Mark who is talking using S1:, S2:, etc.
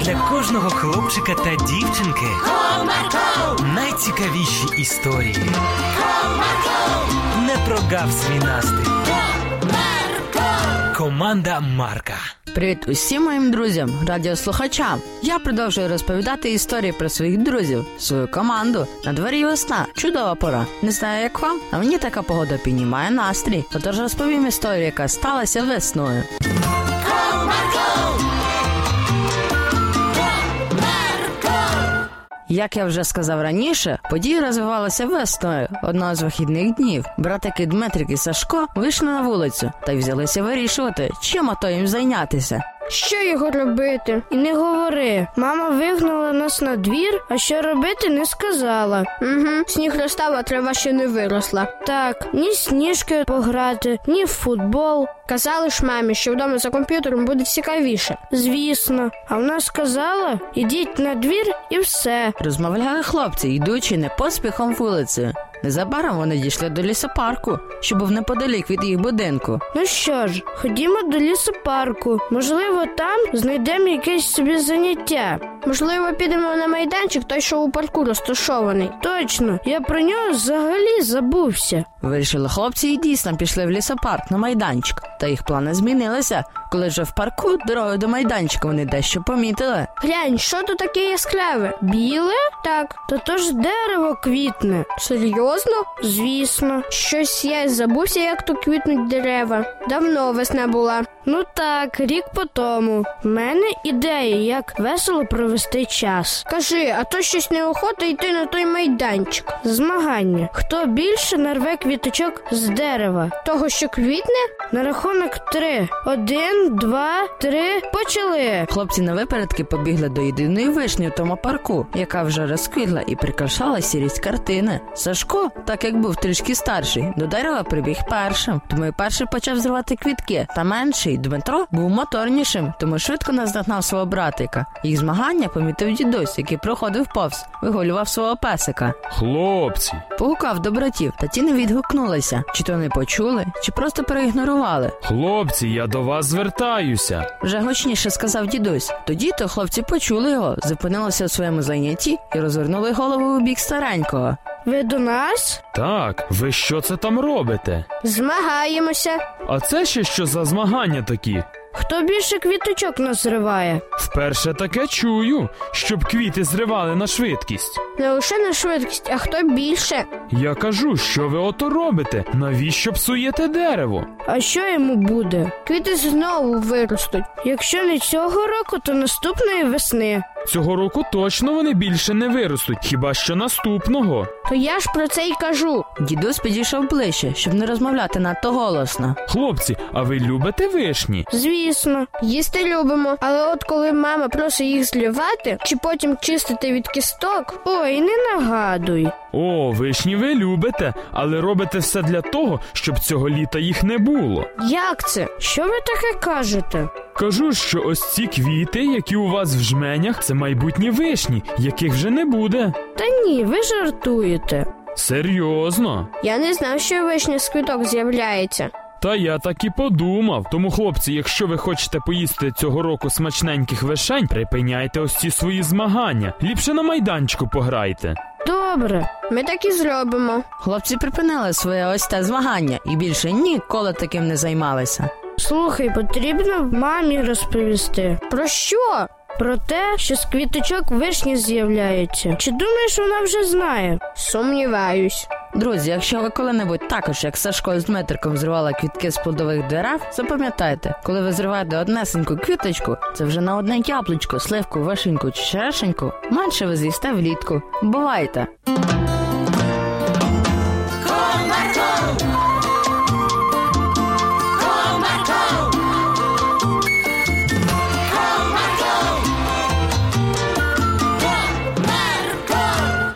S1: для кожного хлопчика та дівчинки
S2: Marco,
S1: найцікавіші історії.
S2: Marco,
S1: Не прогав свій настрій. Команда Марка.
S3: Привіт усім моїм друзям, радіослухачам. Я продовжую розповідати історії про своїх друзів, свою команду. На дворі весна, чудова пора. Не знаю, як вам, а мені така погода піднімає настрій. Отож розповім історію, яка сталася весною. Як я вже сказав раніше, події розвивалися весною одного з вихідних днів. Братики Дмитрик і Сашко вийшли на вулицю та й взялися вирішувати, чим ото їм зайнятися.
S4: Що його робити? І не говори. Мама вигнала нас на двір, а що робити не сказала. Угу, сніг розтав, а трава ще не виросла. Так, ні сніжки пограти, ні в футбол. Казали ж мамі, що вдома за комп'ютером буде цікавіше. Звісно, а вона сказала: ідіть на двір і все.
S3: Розмовляли хлопці, йдучи не поспіхом вулицею. Незабаром вони дійшли до лісопарку, що був неподалік від їх будинку.
S4: Ну що ж, ходімо до лісопарку. Можливо, там знайдемо якесь собі заняття. Можливо, підемо на майданчик, той, що у парку розташований. Точно, я про нього взагалі забувся.
S3: Вирішили хлопці і дійсно пішли в лісопарк на майданчик. Та їх плани змінилися, коли вже в парку дорогою до майданчика вони дещо помітили.
S4: Глянь, що тут таке яскраве? Біле? Так, то то ж дерево квітне. Серйозно? Звісно. Щось я й забувся, як то квітнуть дерева. Давно весна була. Ну так, рік по тому. В мене ідея, як весело провести час. Кажи, а то щось неохота йти на той майданчик. Змагання. Хто більше нарве квіточок з дерева? Того, що квітне? На рахунок три. Один, два, три. Почали.
S3: Хлопці на випередки побігли до єдиної вишні в тому парку, яка вже розквітла і прикрашала сірість картини. Сашко, так як був трішки старший, до дерева прибіг першим, тому і перший почав зривати квітки. Та менший Дмитро був моторнішим, тому швидко наздогнав свого братика. Їх змагання помітив дідусь, який проходив повз, вигулював свого песика.
S5: Хлопці,
S3: Погукав до братів, та ті не відгукнулися, чи то не почули, чи просто переігнорували.
S5: хлопці, я до вас звертаюся.
S3: Вже гучніше сказав дідусь. Тоді то хлопці почули його, зупинилися у своєму зайнятті і розвернули голову у бік старенького.
S4: Ви до нас?
S5: Так, ви що це там робите?
S4: Змагаємося.
S5: А це ще що за змагання такі?
S4: Хто більше квіточок назриває?
S5: Вперше таке чую, щоб квіти зривали на швидкість.
S4: Не лише на швидкість, а хто більше?
S5: Я кажу, що ви ото робите? Навіщо псуєте дерево?
S4: А що йому буде? Квіти знову виростуть. Якщо не цього року, то наступної весни.
S5: Цього року точно вони більше не виростуть, хіба що наступного.
S4: То я ж про це й кажу.
S3: Дідусь підійшов ближче, щоб не розмовляти надто голосно.
S5: Хлопці, а ви любите вишні?
S4: Звісно, їсти любимо, але от коли мама просить їх злівати чи потім чистити від кісток, ой, не нагадуй.
S5: О, вишні ви любите, але робите все для того, щоб цього літа їх не було.
S4: Як це? Що ви таке кажете?
S5: Кажу, що ось ці квіти, які у вас в жменях, це майбутні вишні, яких вже не буде.
S4: Та ні, ви жартуєте.
S5: Серйозно.
S4: Я не знав, що вишня з квіток з'являється.
S5: Та я так і подумав. Тому, хлопці, якщо ви хочете поїсти цього року смачненьких вишень, припиняйте ось ці свої змагання. Ліпше на майданчику пограйте.
S4: Добре, ми так і зробимо.
S3: Хлопці припинили своє ось те змагання і більше ніколи таким не займалися.
S4: Слухай, потрібно мамі розповісти. Про що? Про те, що з квіточок вишні з'являються. Чи думаєш, вона вже знає? Сумніваюсь.
S3: Друзі, якщо ви коли-небудь також, як Сашко з Дмитриком, зривали квітки з плодових дерев, запам'ятайте, коли ви зриваєте однесеньку квіточку, це вже на одне яблучко, сливку, вишеньку чи черешеньку, менше ви з'їсте влітку. Бувайте!